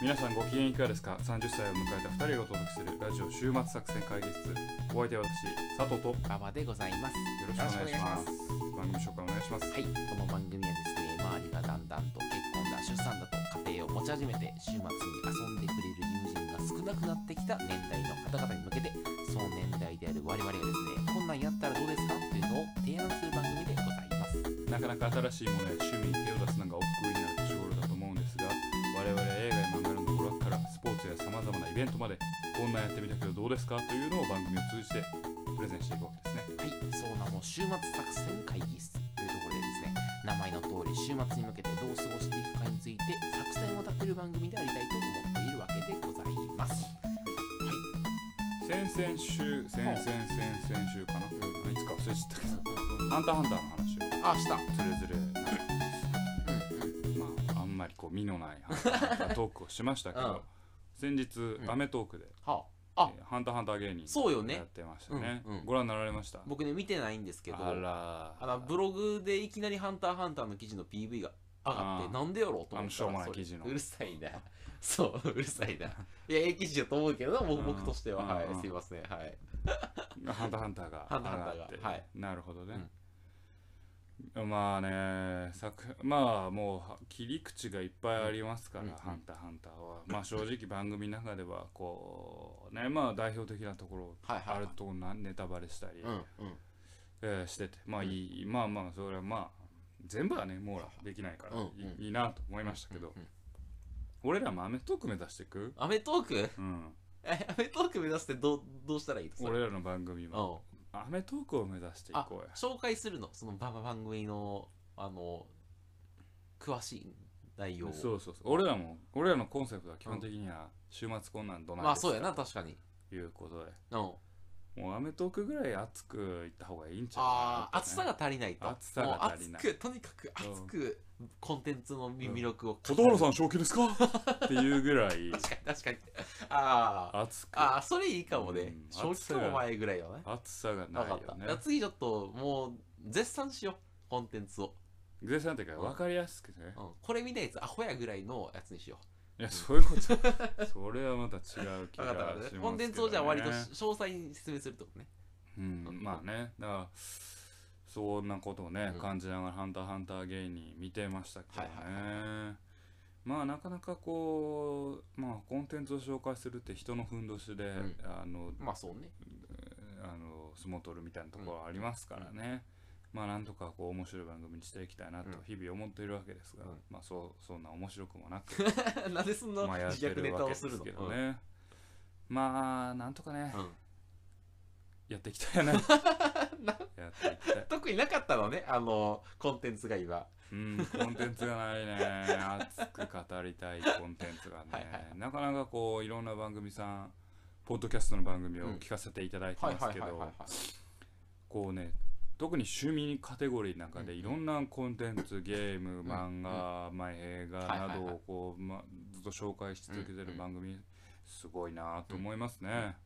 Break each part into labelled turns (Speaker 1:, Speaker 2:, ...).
Speaker 1: 皆さんご機嫌いかがですか30歳を迎えた2人がお届けするラジオ週末作戦会議室お相手は私佐藤とよ
Speaker 2: 馬場でございます。
Speaker 1: ろしくお願いします番組紹介お願いします
Speaker 2: はい、この番組はですね、周りがだんだんと結婚だ、出産だと家庭を持ち始めて、週末に遊んでくれる友人が少なくなってきた年代の方々に向けて、その年代である我々がですね、こんなんやったらどうですかっていうのを提案する番組でございます。
Speaker 1: なかなか新しいものや趣味に手を出すのが億劫になる年頃だと思うんですが我々映画や漫画の娯楽からスポーツやさまざまなイベントまでこんなんやってみたけどどうですかというのを番組を通じてプレゼンしていくわけですね
Speaker 2: はい、そうなの週末作戦会議室というところでですね、名前の通り週末に向けてどう過ごしていくかについて作戦を立てる番組でありたいと思っているわけでございます。
Speaker 1: 先々週先々先々週かな、いつか忘れちゃったけど「ハンターハンター」の話を
Speaker 2: あ、した。
Speaker 1: それぞれなんか
Speaker 2: うんうん。
Speaker 1: まあ、あんまりこう身のないハンターハンタートークをしましたけ
Speaker 2: うん
Speaker 1: ど、先日
Speaker 2: ん
Speaker 1: 『アメトーク』で、
Speaker 2: はあ。あ
Speaker 1: えーハンターハンター芸人
Speaker 2: そうよね
Speaker 1: やってましたね、
Speaker 2: うんうん
Speaker 1: ご覧になられました
Speaker 2: 僕ね見てないんですけど
Speaker 1: あ
Speaker 2: あ
Speaker 1: ら
Speaker 2: のブログでいきなり「ハンターハンター」の記事の PV が上がっ
Speaker 1: あー
Speaker 2: てなんでやろうと
Speaker 1: あ
Speaker 2: 思
Speaker 1: の
Speaker 2: っ
Speaker 1: しょうも
Speaker 2: た
Speaker 1: な
Speaker 2: ら
Speaker 1: い
Speaker 2: それ
Speaker 1: 記事の
Speaker 2: うるさいなそううるさいないやええ記事だと思うけど僕
Speaker 1: うん
Speaker 2: 僕としてはは
Speaker 1: う
Speaker 2: い
Speaker 1: ん
Speaker 2: すいませんはい
Speaker 1: ハンターハンターが
Speaker 2: ハンターハンターが
Speaker 1: 上がって
Speaker 2: はい
Speaker 1: なるほどね、まあね作まあもうは切り口がいっぱいありますから「
Speaker 2: うんうん
Speaker 1: ハンターハンターは」まあ正直番組の中ではこうねまあ代表的なところ
Speaker 2: はいはい
Speaker 1: あ
Speaker 2: はい
Speaker 1: るところなネタバレしたり、
Speaker 2: うんうん
Speaker 1: えーしててまあいい、まあまあそれはまあ全部はね網羅できないからい,、
Speaker 2: うんうん
Speaker 1: いいなと思いましたけど、
Speaker 2: うんうん
Speaker 1: 俺らもアメトーク目指していく、
Speaker 2: アメトーク
Speaker 1: うん、
Speaker 2: えアメトーク目指してどうどうしたらいいですか
Speaker 1: 俺らの番組は
Speaker 2: うん
Speaker 1: アメトークを目指してい
Speaker 2: あ
Speaker 1: こうや
Speaker 2: 紹介するのそのばば番組のあの詳しい内容を
Speaker 1: そうそうそう俺らも俺らのコンセプトは基本的には週末こんなんどない
Speaker 2: まあ
Speaker 1: ですか
Speaker 2: そうやな確かに
Speaker 1: ということで
Speaker 2: うん
Speaker 1: もうアメトークぐらい熱くいった方がいいんちゃう
Speaker 2: あ
Speaker 1: か
Speaker 2: あ
Speaker 1: な
Speaker 2: 暑さが足りないと
Speaker 1: 暑さが足りない
Speaker 2: もう熱くとにかく熱くコンテンツの魅力を語
Speaker 1: 小
Speaker 2: る
Speaker 1: 道路さん正気ですかっていうぐらい
Speaker 2: 確かに確かにああ
Speaker 1: 熱く
Speaker 2: ああそれいいかも
Speaker 1: う
Speaker 2: ね
Speaker 1: ん
Speaker 2: 正
Speaker 1: 暑さ
Speaker 2: 気
Speaker 1: が
Speaker 2: の前ぐらいよね
Speaker 1: 暑さがな
Speaker 2: ないか
Speaker 1: よ
Speaker 2: った、
Speaker 1: ね
Speaker 2: じゃあ次ちょっともう絶賛しようコンテンツを、
Speaker 1: グさんっていうか分かりやすくね、
Speaker 2: うん、これみたいなやつアホやぐらいのやつにしよ
Speaker 1: いや、そういう こと。それはまた違う気がし
Speaker 2: う分かった
Speaker 1: ま
Speaker 2: 分
Speaker 1: す
Speaker 2: かっ
Speaker 1: け
Speaker 2: た
Speaker 1: ど、ね。
Speaker 2: コンテンツをじゃあ割と詳細に説明するってことね
Speaker 1: うん、まあね。だから、そんなことをね、
Speaker 2: うん
Speaker 1: 感じながら、ハンターハンター芸人見てましたけどね。
Speaker 2: はい
Speaker 1: まあなかなかこう、まあコンテンツを紹介するって人のふんどしで、
Speaker 2: ん
Speaker 1: あの、
Speaker 2: まあそうね
Speaker 1: あの相撲取るみたいなところはありますからね、まあなんとかこう面白い番組にしていきたいなと
Speaker 2: うん
Speaker 1: 日々思っているわけですが、
Speaker 2: うん
Speaker 1: まあそうそんな面白くもなく
Speaker 2: なんでそんな
Speaker 1: まあやっ
Speaker 2: 自
Speaker 1: て
Speaker 2: 虐ネ
Speaker 1: るわけ
Speaker 2: タを
Speaker 1: です
Speaker 2: るの
Speaker 1: すけどね。まあ、なんとかね
Speaker 2: う、んうん
Speaker 1: やっていき たいな。やっていきたい。
Speaker 2: 特になかったのねあのコンテンツが今
Speaker 1: うん、コンテンツがないね。熱く語りたいコンテンツが
Speaker 2: はいは
Speaker 1: ね。なかなかこう、いろんな番組さん、ポッドキャストの番組を
Speaker 2: うん
Speaker 1: 聞かせていただいて
Speaker 2: はい
Speaker 1: ま
Speaker 2: は
Speaker 1: すけ
Speaker 2: いはいは
Speaker 1: ど
Speaker 2: いは、い
Speaker 1: こうね、特に趣味カテゴリーの中で
Speaker 2: うん
Speaker 1: いろんなコンテンツ、ゲーム、漫画、まあ映画など
Speaker 2: はいはいは
Speaker 1: をこう、ま、ずっと紹介し続けてる番組、すごいなと思いますね。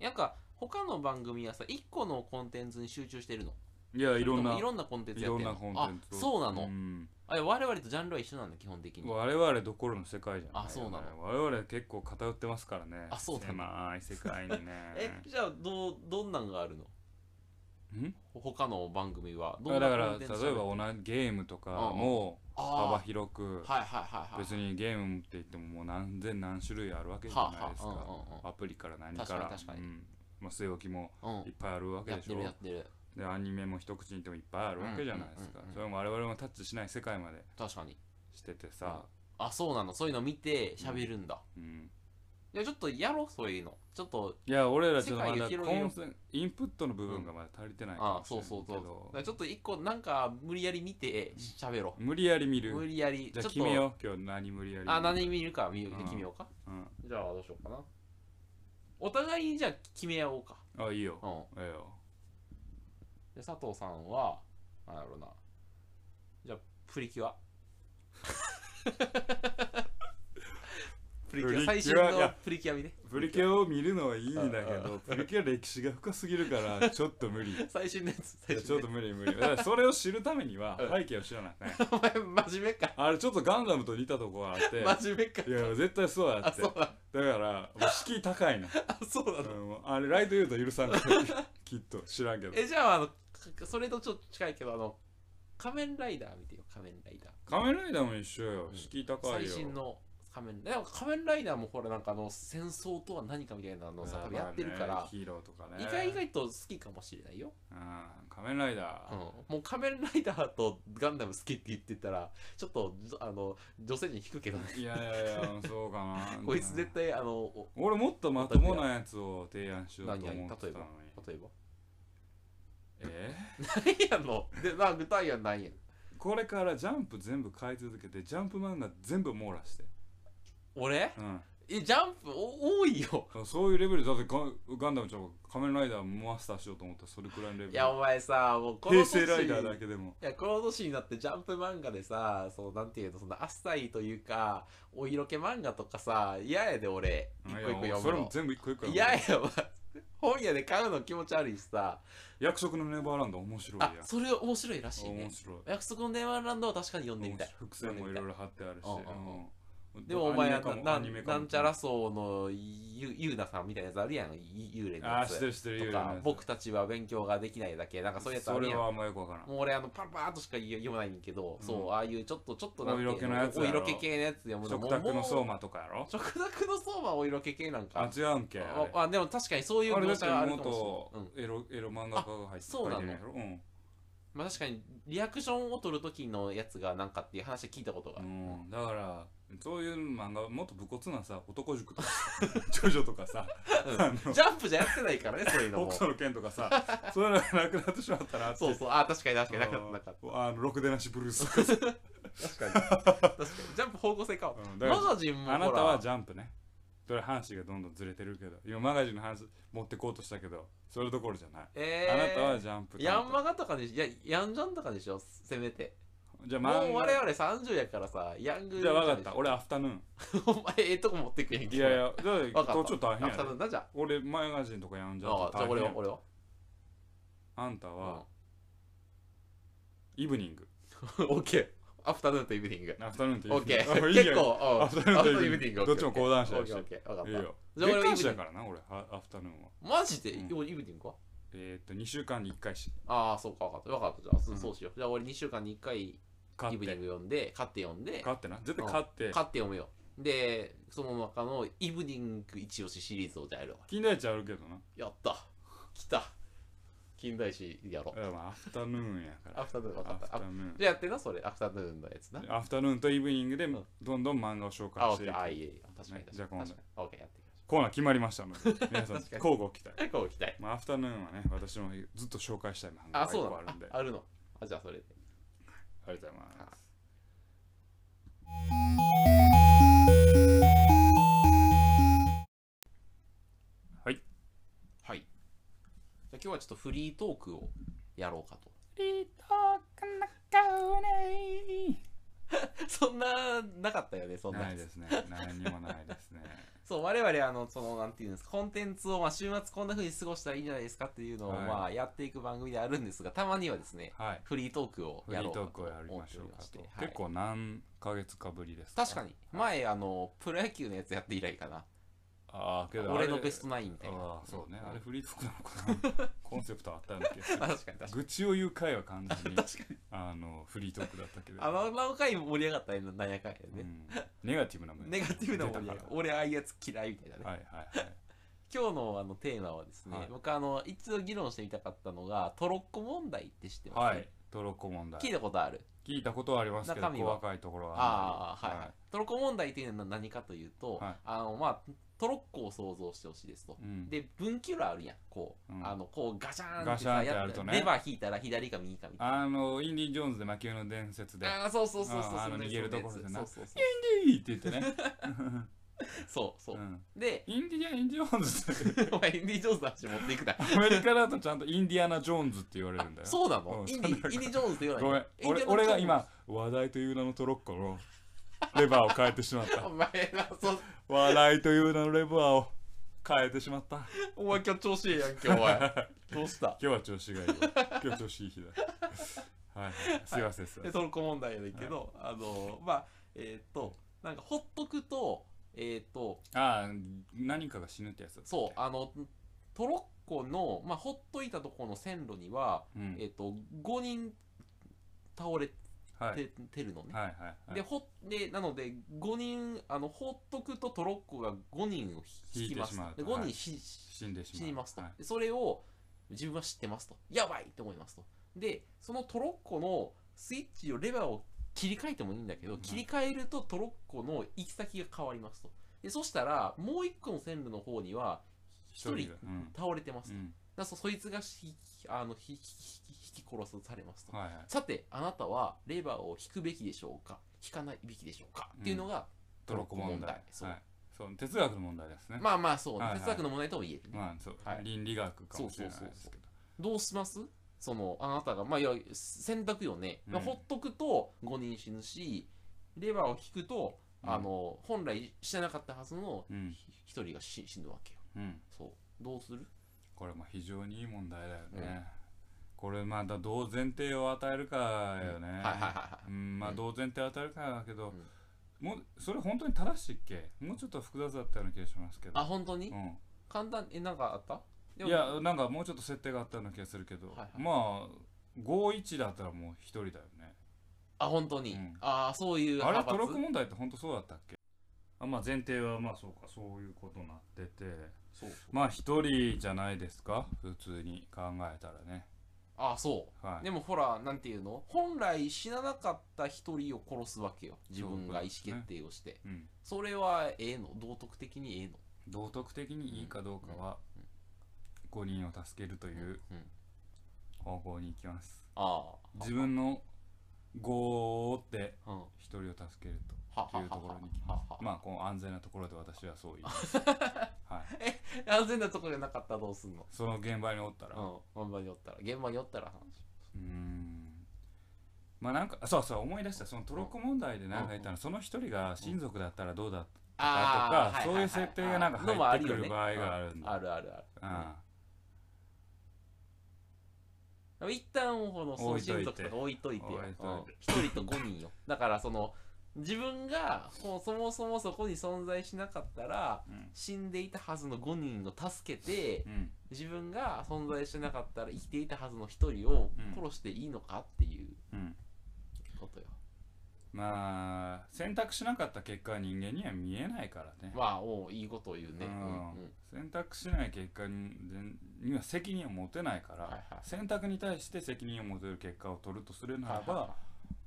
Speaker 2: なんか他の番組はさ1個のコンテンツに集中してるの
Speaker 1: いや、いろん
Speaker 2: それとも
Speaker 1: な。
Speaker 2: いろんなコンテンツ
Speaker 1: い
Speaker 2: やって
Speaker 1: ろん
Speaker 2: るの
Speaker 1: なコンテンツ
Speaker 2: あ
Speaker 1: を
Speaker 2: そうなの、
Speaker 1: ん
Speaker 2: あいや我々とジャンルは一緒なんだ基本的に
Speaker 1: 我々どころの世界じゃないよね
Speaker 2: あそうなの
Speaker 1: 我々結構偏ってますからね
Speaker 2: あそうなの
Speaker 1: 狭い世界にね
Speaker 2: えじゃあどうどんなんがあるの
Speaker 1: ん
Speaker 2: 他の番組はどん
Speaker 1: だ
Speaker 2: な
Speaker 1: から
Speaker 2: コン
Speaker 1: 例
Speaker 2: テ
Speaker 1: え
Speaker 2: ン
Speaker 1: ば
Speaker 2: ツ
Speaker 1: 同じゲームとかも幅
Speaker 2: あ
Speaker 1: 広く
Speaker 2: あはいはいはいはい
Speaker 1: 別にゲームって言ってももう何千何種類あるわけじゃないです
Speaker 2: はあ
Speaker 1: か
Speaker 2: はあうんうんうん
Speaker 1: アプリから何から
Speaker 2: 確かに確かに
Speaker 1: うんまあ据え置きも
Speaker 2: う
Speaker 1: いっ
Speaker 2: ん
Speaker 1: ぱいあるわけ
Speaker 2: や
Speaker 1: で
Speaker 2: っ
Speaker 1: して
Speaker 2: るや
Speaker 1: ょ
Speaker 2: ってる
Speaker 1: でアニメも一口に言ってもいっぱいあるわけじゃないですか
Speaker 2: うんうんうんうん
Speaker 1: それも我々もタッチしない世界まで
Speaker 2: 確かに
Speaker 1: しててさ
Speaker 2: あそうなのそういうの見て喋るんだ、
Speaker 1: うん
Speaker 2: いやちょっとやろうそういうのちょっと
Speaker 1: いや、俺らちょっとまだ
Speaker 2: 世界を
Speaker 1: コ
Speaker 2: 広げよう
Speaker 1: ンセインプットの部分がまだ足りてない
Speaker 2: あ
Speaker 1: かもしれ
Speaker 2: そう
Speaker 1: ないけ
Speaker 2: そうそうだ
Speaker 1: ど
Speaker 2: から、ちょっと一個なんか無理やり見て喋ろ
Speaker 1: 無理やり見
Speaker 2: う無
Speaker 1: る。
Speaker 2: 理やり
Speaker 1: じゃあ
Speaker 2: ちょっと
Speaker 1: 決めよう、今日何無理やり見る。
Speaker 2: あ何見るか見る
Speaker 1: うん
Speaker 2: 決めようか
Speaker 1: うん
Speaker 2: じゃあどうしようかな。お互いにじゃあ決め合おうか。
Speaker 1: あ、いいよ。
Speaker 2: うん。
Speaker 1: ええよ。
Speaker 2: で佐藤さんは、なんだろうな。 じゃあプリキュア。プリキュ
Speaker 1: プリ
Speaker 2: ア最
Speaker 1: キ
Speaker 2: 新
Speaker 1: ュアい
Speaker 2: の
Speaker 1: や
Speaker 2: プリキュア見ね
Speaker 1: プリキュアを見るのはいいんだけ
Speaker 2: うんう
Speaker 1: どプリキュア歴史が深すぎるからちょっと 無理い
Speaker 2: 最新のやつ最
Speaker 1: やちょっ
Speaker 2: 新の
Speaker 1: と無理無理だからそれを知るためには
Speaker 2: うん
Speaker 1: 背景を知らないね
Speaker 2: お前真面目か
Speaker 1: あれちょっとガンダムと似たとこがあ って
Speaker 2: 真面目か
Speaker 1: いや絶対そうや
Speaker 2: あ
Speaker 1: って
Speaker 2: そうだ
Speaker 1: だからもう敷居高いな、
Speaker 2: あそうな
Speaker 1: う
Speaker 2: の
Speaker 1: ん、もうあれライト言うと許さんから きっと知らんけど
Speaker 2: えじゃああのかそれとちょっと近いけどあの仮面ライダー見てよ仮面ライダー
Speaker 1: 仮面ライダーも一緒よ
Speaker 2: うん
Speaker 1: 敷居高いよ
Speaker 2: 最新の仮面でも仮面ライダーもほらなんかあの戦争とは何かみたいなのをさ
Speaker 1: まあ
Speaker 2: 多分やってるか
Speaker 1: まあね
Speaker 2: ら
Speaker 1: ヒーローとかね
Speaker 2: 意外意外と好きかもしれないよ、
Speaker 1: うん仮面ライダ
Speaker 2: うん
Speaker 1: ー、
Speaker 2: もう仮面ライダーとガンダム好きって言ってたらちょっとあの女性陣引くけどね
Speaker 1: いやいやいやそうかな
Speaker 2: こいつ絶対あのお
Speaker 1: 俺もっとまともなやつを提案しようと
Speaker 2: 何
Speaker 1: 思っ
Speaker 2: や例
Speaker 1: てたの
Speaker 2: え
Speaker 1: に
Speaker 2: ば例え ば
Speaker 1: え
Speaker 2: 何やのでな具体案ないやん
Speaker 1: これからジャンプ全部買い続けてジャンプ漫画全部網羅して、
Speaker 2: 俺
Speaker 1: う
Speaker 2: えジャンプお多いよ
Speaker 1: ん、そういうレベルだってガンガンダムちゃんが仮面ライダーマスターしようと思ったらそれくらいのレベル
Speaker 2: いやお前さもうこの
Speaker 1: 平
Speaker 2: 年
Speaker 1: 成ライダーだけでも
Speaker 2: いやこの年になってジャンプ漫画でさそうなんていうのそんなあっさりというかお色気漫画とかさ嫌やで俺一個一
Speaker 1: いやそ
Speaker 2: 個読
Speaker 1: れ
Speaker 2: む
Speaker 1: も
Speaker 2: の
Speaker 1: 全部一個一個
Speaker 2: 嫌ややわ本屋で買うの気持ち悪いしさ
Speaker 1: 約束のネバーランド面白いや
Speaker 2: あそれ面白いらしいね
Speaker 1: 面白い
Speaker 2: 約束のネバーランドは確かに読んでみたい
Speaker 1: 伏線もいろいろ貼ってあるし
Speaker 2: うんうん
Speaker 1: うん
Speaker 2: でもお前
Speaker 1: アニメ
Speaker 2: は
Speaker 1: 化も
Speaker 2: な
Speaker 1: ア
Speaker 2: な
Speaker 1: ニメ
Speaker 2: ん
Speaker 1: 化も
Speaker 2: なんちゃら層のゆゆうなさんみたいなやつあるやんゆ幽霊の
Speaker 1: あ
Speaker 2: や
Speaker 1: あ知って
Speaker 2: つ
Speaker 1: る知ってる
Speaker 2: とか僕たちは勉強ができないだけなんかそういうやつあ
Speaker 1: そ
Speaker 2: る
Speaker 1: れ
Speaker 2: やん
Speaker 1: はあんまよくわからん
Speaker 2: もう俺あのパラパーっとしか読まないねんけど、
Speaker 1: うん
Speaker 2: そうああいうちょっとちょっとなんていう
Speaker 1: お色気のやつや
Speaker 2: お
Speaker 1: ろ
Speaker 2: 色気系のやつ読むの
Speaker 1: 食卓の
Speaker 2: も
Speaker 1: 相
Speaker 2: う
Speaker 1: 馬とかやろ
Speaker 2: 食卓の相馬お色気系なん
Speaker 1: あ
Speaker 2: か
Speaker 1: 違うんけあれ
Speaker 2: ああでも確かにそういう
Speaker 1: あれだ
Speaker 2: 描
Speaker 1: って
Speaker 2: 写があるかもし
Speaker 1: 元
Speaker 2: れない、うん
Speaker 1: エロエロ漫画家が入って
Speaker 2: そうなの
Speaker 1: 書いてるんやろうん
Speaker 2: まあ、確かにリアクションを取る時のやつがなんかっていう話は聞いたことがある、
Speaker 1: うんだからそういう漫画もっと武骨なさ 男塾とかジョジョとかさ
Speaker 2: うん
Speaker 1: あの
Speaker 2: ジャンプじゃやってないからねそういうの も
Speaker 1: 北斗の剣とかさそういうのがなくなってしまったなって
Speaker 2: そうそうあ確かに確かになかったなかっ
Speaker 1: あのろくでなしブルースとかさ
Speaker 2: た確かに確かにジャンプ方向性変わっ
Speaker 1: うん
Speaker 2: た
Speaker 1: だから
Speaker 2: マガジンも
Speaker 1: あな
Speaker 2: ほ
Speaker 1: たは
Speaker 2: ら
Speaker 1: ジャンプね。それ話がどんどんずれてるけど、今マガジンの話持ってこうとしたけど、それどころじゃない。
Speaker 2: えー、
Speaker 1: あなたはジャンプ担
Speaker 2: ヤ
Speaker 1: 当。
Speaker 2: ンマガとかでしいやヤンジャンとかでしょせめて
Speaker 1: じゃあ漫
Speaker 2: もう
Speaker 1: 画
Speaker 2: 我々30やからさ、ヤング。
Speaker 1: じゃあ分かった。俺アフタヌーン。
Speaker 2: お前、ええとこ持ってくやんけ。
Speaker 1: いやいや、だって
Speaker 2: わかった
Speaker 1: 途中大変
Speaker 2: ア
Speaker 1: や
Speaker 2: フタヌー
Speaker 1: ろ
Speaker 2: ンだじゃあ。
Speaker 1: 俺マガジンとかやんじ
Speaker 2: じ
Speaker 1: ゃ
Speaker 2: ゃあ
Speaker 1: ん。大
Speaker 2: 俺
Speaker 1: 変
Speaker 2: は
Speaker 1: や、
Speaker 2: 俺は。
Speaker 1: あんた
Speaker 2: うん
Speaker 1: はイブニング。
Speaker 2: オッケー。アフタヌーンとイブニング。
Speaker 1: アフタヌーンって
Speaker 2: オッケ
Speaker 1: あ
Speaker 2: ー。
Speaker 1: いいやん
Speaker 2: 結構、うん
Speaker 1: アフタヌーンとイブニング
Speaker 2: アフタヌーンとイブニング。
Speaker 1: どっちも講談社
Speaker 2: オッ
Speaker 1: やし
Speaker 2: ケーオッケー。わかっ
Speaker 1: いい
Speaker 2: た。
Speaker 1: よ。
Speaker 2: じゃあ俺
Speaker 1: 月
Speaker 2: は
Speaker 1: 刊
Speaker 2: イ
Speaker 1: 誌
Speaker 2: ブニ
Speaker 1: だ
Speaker 2: ング。
Speaker 1: からな、俺、あアフタヌーンは。
Speaker 2: マジで、
Speaker 1: うん
Speaker 2: 俺イブニングは
Speaker 1: えーっと、2週間に1回し、
Speaker 2: ああ、そうか、わかった。わかった。じゃあ、そう
Speaker 1: うん
Speaker 2: そうしよう。じゃあ俺2週間に1回イ
Speaker 1: 買っ
Speaker 2: ブニン
Speaker 1: て。
Speaker 2: グ読んで、買って読んで、
Speaker 1: 買ってな。絶対買って。
Speaker 2: 買って読むよ。で、その中のイブニング一押しシリーズをじゃあやろ
Speaker 1: 金田一あるけどな。
Speaker 2: う。やった。来た。近代史やろう
Speaker 1: い。やまあアフタヌーンやから。
Speaker 2: アフタヌーンわかった
Speaker 1: アフタヌーン。
Speaker 2: じゃあやってな、それ。アフタヌーンのやつな。
Speaker 1: アフタヌーンとイブニングで
Speaker 2: ん
Speaker 1: どんどん漫画を紹介
Speaker 2: あ、オ
Speaker 1: して
Speaker 2: ッ
Speaker 1: い
Speaker 2: ケ
Speaker 1: く
Speaker 2: ー。あ、いいえいい。確かに
Speaker 1: ね。じゃあ今度
Speaker 2: 確かにオッケー、やっていきまし
Speaker 1: コーナー決まりましたの で皆さん
Speaker 2: 確かに
Speaker 1: 交互期待
Speaker 2: ょう。 結構期待。
Speaker 1: まあアフタヌーンはね私もずっと紹介したい漫画が
Speaker 2: あ、
Speaker 1: 一
Speaker 2: そうな
Speaker 1: 個
Speaker 2: の
Speaker 1: あるんであ
Speaker 2: ああるの。あ、じゃあそれで。
Speaker 1: りがとうございますはい
Speaker 2: はい。じゃあ今日はちょっとフリートークをやろうかと。
Speaker 1: リトークなかね
Speaker 2: そんな、なかったよね、そんな
Speaker 1: な
Speaker 2: や
Speaker 1: い
Speaker 2: つ。
Speaker 1: ですね何にもないですね
Speaker 2: そう、我々、あの、その、なんていうんですか、コンテンツを、まあ、週末こんな風に過ごしたらいいんじゃないですかっていうのを、
Speaker 1: はい
Speaker 2: まあ、やっていく番組であるんですが、たまにはですね、
Speaker 1: はい
Speaker 2: フリートークを
Speaker 1: フリ
Speaker 2: やろ
Speaker 1: ート
Speaker 2: うかと
Speaker 1: ークをやりましょうか
Speaker 2: 思って
Speaker 1: と
Speaker 2: おりまして
Speaker 1: 結構何ヶ月かぶりです
Speaker 2: はい確かに、前、あの、プロ野球のやつやって以来かな。
Speaker 1: ああけどあれ
Speaker 2: 俺のベストナインみたいな。
Speaker 1: ああそうね
Speaker 2: うん
Speaker 1: あれフリートークなのかな コンセプトあったんだけど
Speaker 2: あ 確かに確かに。
Speaker 1: 愚痴を言う回は完全に
Speaker 2: 確かに。
Speaker 1: あのフリートークだったけど
Speaker 2: あの、何回盛り上がったのなんやかんや
Speaker 1: う
Speaker 2: ね。
Speaker 1: んネガティブなもん
Speaker 2: ネガティブな盛り上が
Speaker 1: 出
Speaker 2: り
Speaker 1: た。から
Speaker 2: 俺、ああいうやつ嫌いみたいなね。
Speaker 1: はいはいはい
Speaker 2: 今日のあのテーマはですね、
Speaker 1: はい
Speaker 2: 僕、あの、一度議論してみたかったのが、トロッコ問題って知ってます、
Speaker 1: は
Speaker 2: ね
Speaker 1: いトロッコ問題
Speaker 2: 聞いたことある。
Speaker 1: 聞いたことはありますけど
Speaker 2: 中身は
Speaker 1: 細かいところは
Speaker 2: ああ、はい、はい。トロッコ問題というのは何かというと、
Speaker 1: はい
Speaker 2: あの、まあ、トロッコを想像してほしいですと。
Speaker 1: うん
Speaker 2: で、分岐路あるやん、こう、
Speaker 1: うん
Speaker 2: あの、こう、ガシャーン
Speaker 1: ガ
Speaker 2: って
Speaker 1: シャーンっ
Speaker 2: さ、
Speaker 1: て
Speaker 2: や
Speaker 1: や
Speaker 2: っ
Speaker 1: る
Speaker 2: た
Speaker 1: と
Speaker 2: ら、
Speaker 1: ね
Speaker 2: レバー引いたら左か右かみたいな。
Speaker 1: あのインディ・ジョーンズで魔球の伝説で
Speaker 2: ああー、そうそうそうそう
Speaker 1: あーあ
Speaker 2: そ
Speaker 1: の
Speaker 2: う。
Speaker 1: 逃げるところでな
Speaker 2: そうそう
Speaker 1: 「
Speaker 2: そ
Speaker 1: インディ!」って言ってね、
Speaker 2: う。そうそうう。
Speaker 1: ん、
Speaker 2: で、
Speaker 1: インディア・インディ・ジョーンズって
Speaker 2: お前、インディ・ジョーンズの話持っていくな。
Speaker 1: アメリカだとちゃんとインディアナ・ジョーンズって言われるんだよ
Speaker 2: そうなの、
Speaker 1: うん
Speaker 2: インディ・インディ・ジョーンズって言わ
Speaker 1: ごめ
Speaker 2: な
Speaker 1: ん俺
Speaker 2: いインディ
Speaker 1: 俺
Speaker 2: アナ
Speaker 1: が今話題という名のトロッコのレバーを変えてしまった
Speaker 2: お前ら そ
Speaker 1: 笑いという名のレバーを変えてしまった
Speaker 2: お前今日調子いいやんけお前 どうした
Speaker 1: 今日は調子がいいわ今日調子いい日だはい、はい、すいませんすいませ
Speaker 2: で
Speaker 1: ん
Speaker 2: トルコ問題やねんけど、あのまあえーっとなんかほっとくとえーっと
Speaker 1: ああ何かが死ぬってやつだった
Speaker 2: そうあのトロッコの、まあ、ほっといたところの線路には、
Speaker 1: う、ん
Speaker 2: えーっと5人倒れて,、
Speaker 1: はい、
Speaker 2: てるのね、
Speaker 1: はいはいはい
Speaker 2: でほでなので5人あのほっとくとトロッコが5人を引き
Speaker 1: 引いて
Speaker 2: ます
Speaker 1: しまう
Speaker 2: で
Speaker 1: と
Speaker 2: 5人ひ、
Speaker 1: 死んでしまう
Speaker 2: 死にますと、
Speaker 1: はい
Speaker 2: でそれを自分は知ってますとやばいって思いますとでそのトロッコのスイッチをレバーを切り替えてもいいんだけど、
Speaker 1: うん
Speaker 2: 切り替えるとトロッコの行き先が変わりますとでそしたらもう一個の線路の方には一人
Speaker 1: がうん、
Speaker 2: 倒れてます
Speaker 1: う
Speaker 2: と、
Speaker 1: ん、
Speaker 2: だからそそいつがひあのひひひひ引き殺されますと、
Speaker 1: はいはい
Speaker 2: さてあなたはレバーを引くべきでしょうか引かないべきでしょうか、っていうのが
Speaker 1: トロッコ問題
Speaker 2: そう、
Speaker 1: はい、そう哲学の問題ですね
Speaker 2: まあまあそう、
Speaker 1: はいはい
Speaker 2: 哲学の問題とも言えるね、
Speaker 1: まあそう、
Speaker 2: はい
Speaker 1: 倫理学かもしれないですけど
Speaker 2: どうしますそのあなたがまあいや選択よね、まあ
Speaker 1: うん
Speaker 2: ほっとくと5人死ぬしレバーを引くと、
Speaker 1: うん
Speaker 2: あの本来してなかったはずの
Speaker 1: うん
Speaker 2: 1人がし死ぬわけよ
Speaker 1: うん
Speaker 2: そうどうする
Speaker 1: これも非常にいい問題だよね、
Speaker 2: うん
Speaker 1: これまだどう前提を与えるかよね、
Speaker 2: はいはいはいは
Speaker 1: うんまあ
Speaker 2: うん
Speaker 1: どう前提を与えるかだけど、
Speaker 2: うん
Speaker 1: もうそれ本当に正しいっけもうちょっと複雑だったような気がしますけど
Speaker 2: あ本当に、
Speaker 1: うん
Speaker 2: 簡単えなんかあったでも
Speaker 1: いやなんかもうちょっと設定があったような気がするけど、
Speaker 2: はいはい
Speaker 1: まあ51だったらもう一人だよね
Speaker 2: あ本当に、
Speaker 1: うん
Speaker 2: ああそういう
Speaker 1: あれ
Speaker 2: 派
Speaker 1: トロッ
Speaker 2: 閥
Speaker 1: ク問題って本当そうだったっけあまあ前提はまあそうかそういうことになってて
Speaker 2: そう
Speaker 1: まあ一人じゃないですか普通に考えたらね
Speaker 2: ああそう
Speaker 1: はい
Speaker 2: でもほら、なんていうの本来死ななかった一人を殺すわけよ。自分が意思決定をして。
Speaker 1: うん、
Speaker 2: それはええの道徳的にええの
Speaker 1: 道徳的にいいかどうかは
Speaker 2: うん
Speaker 1: 5人を助けるという
Speaker 2: うん。
Speaker 1: 方向に行きます
Speaker 2: ああ。
Speaker 1: 自分の5を追って
Speaker 2: うん。は
Speaker 1: 一人を助けると
Speaker 2: は
Speaker 1: というところに行き
Speaker 2: はは
Speaker 1: ます
Speaker 2: は
Speaker 1: まあこの安全なところで私はそう言います はい
Speaker 2: 安全なところじゃなかったらどうすんの
Speaker 1: その現場におったら
Speaker 2: うん。現場におったら。現場におったら話。
Speaker 1: うーんまあなんかそうそう思い出したそのトロッコ問題でなんか言ったのその一人が親族だったらどうだ
Speaker 2: ああ。
Speaker 1: とか
Speaker 2: ははは
Speaker 1: そういう設定がなんか入ってくる
Speaker 2: のもあよね
Speaker 1: 場合があるんだ
Speaker 2: うんあるあるあ
Speaker 1: うん
Speaker 2: る。うん。一旦このその
Speaker 1: 置いとい
Speaker 2: 親
Speaker 1: て
Speaker 2: 族とか置いといてよ。
Speaker 1: 置いとい
Speaker 2: うん一人と五人よ。だからその、自分がもうそもそもそこに存在しなかったら、
Speaker 1: うん
Speaker 2: 死んでいたはずの5人を助けて
Speaker 1: うん
Speaker 2: 自分が存在してなかったら生きていたはずの1人を
Speaker 1: うん
Speaker 2: 殺していいのかっていう
Speaker 1: うん
Speaker 2: ことよ、
Speaker 1: まあ選択しなかった結果は人間には見えないからね
Speaker 2: まあおういいことを言うね、
Speaker 1: う
Speaker 2: うん
Speaker 1: ん
Speaker 2: うん
Speaker 1: 選択しない結果にには責任を持てないから、
Speaker 2: はいはい
Speaker 1: 選択に対して責任を持てる結果を取るとするな
Speaker 2: は
Speaker 1: ら
Speaker 2: いはい
Speaker 1: ば、
Speaker 2: はい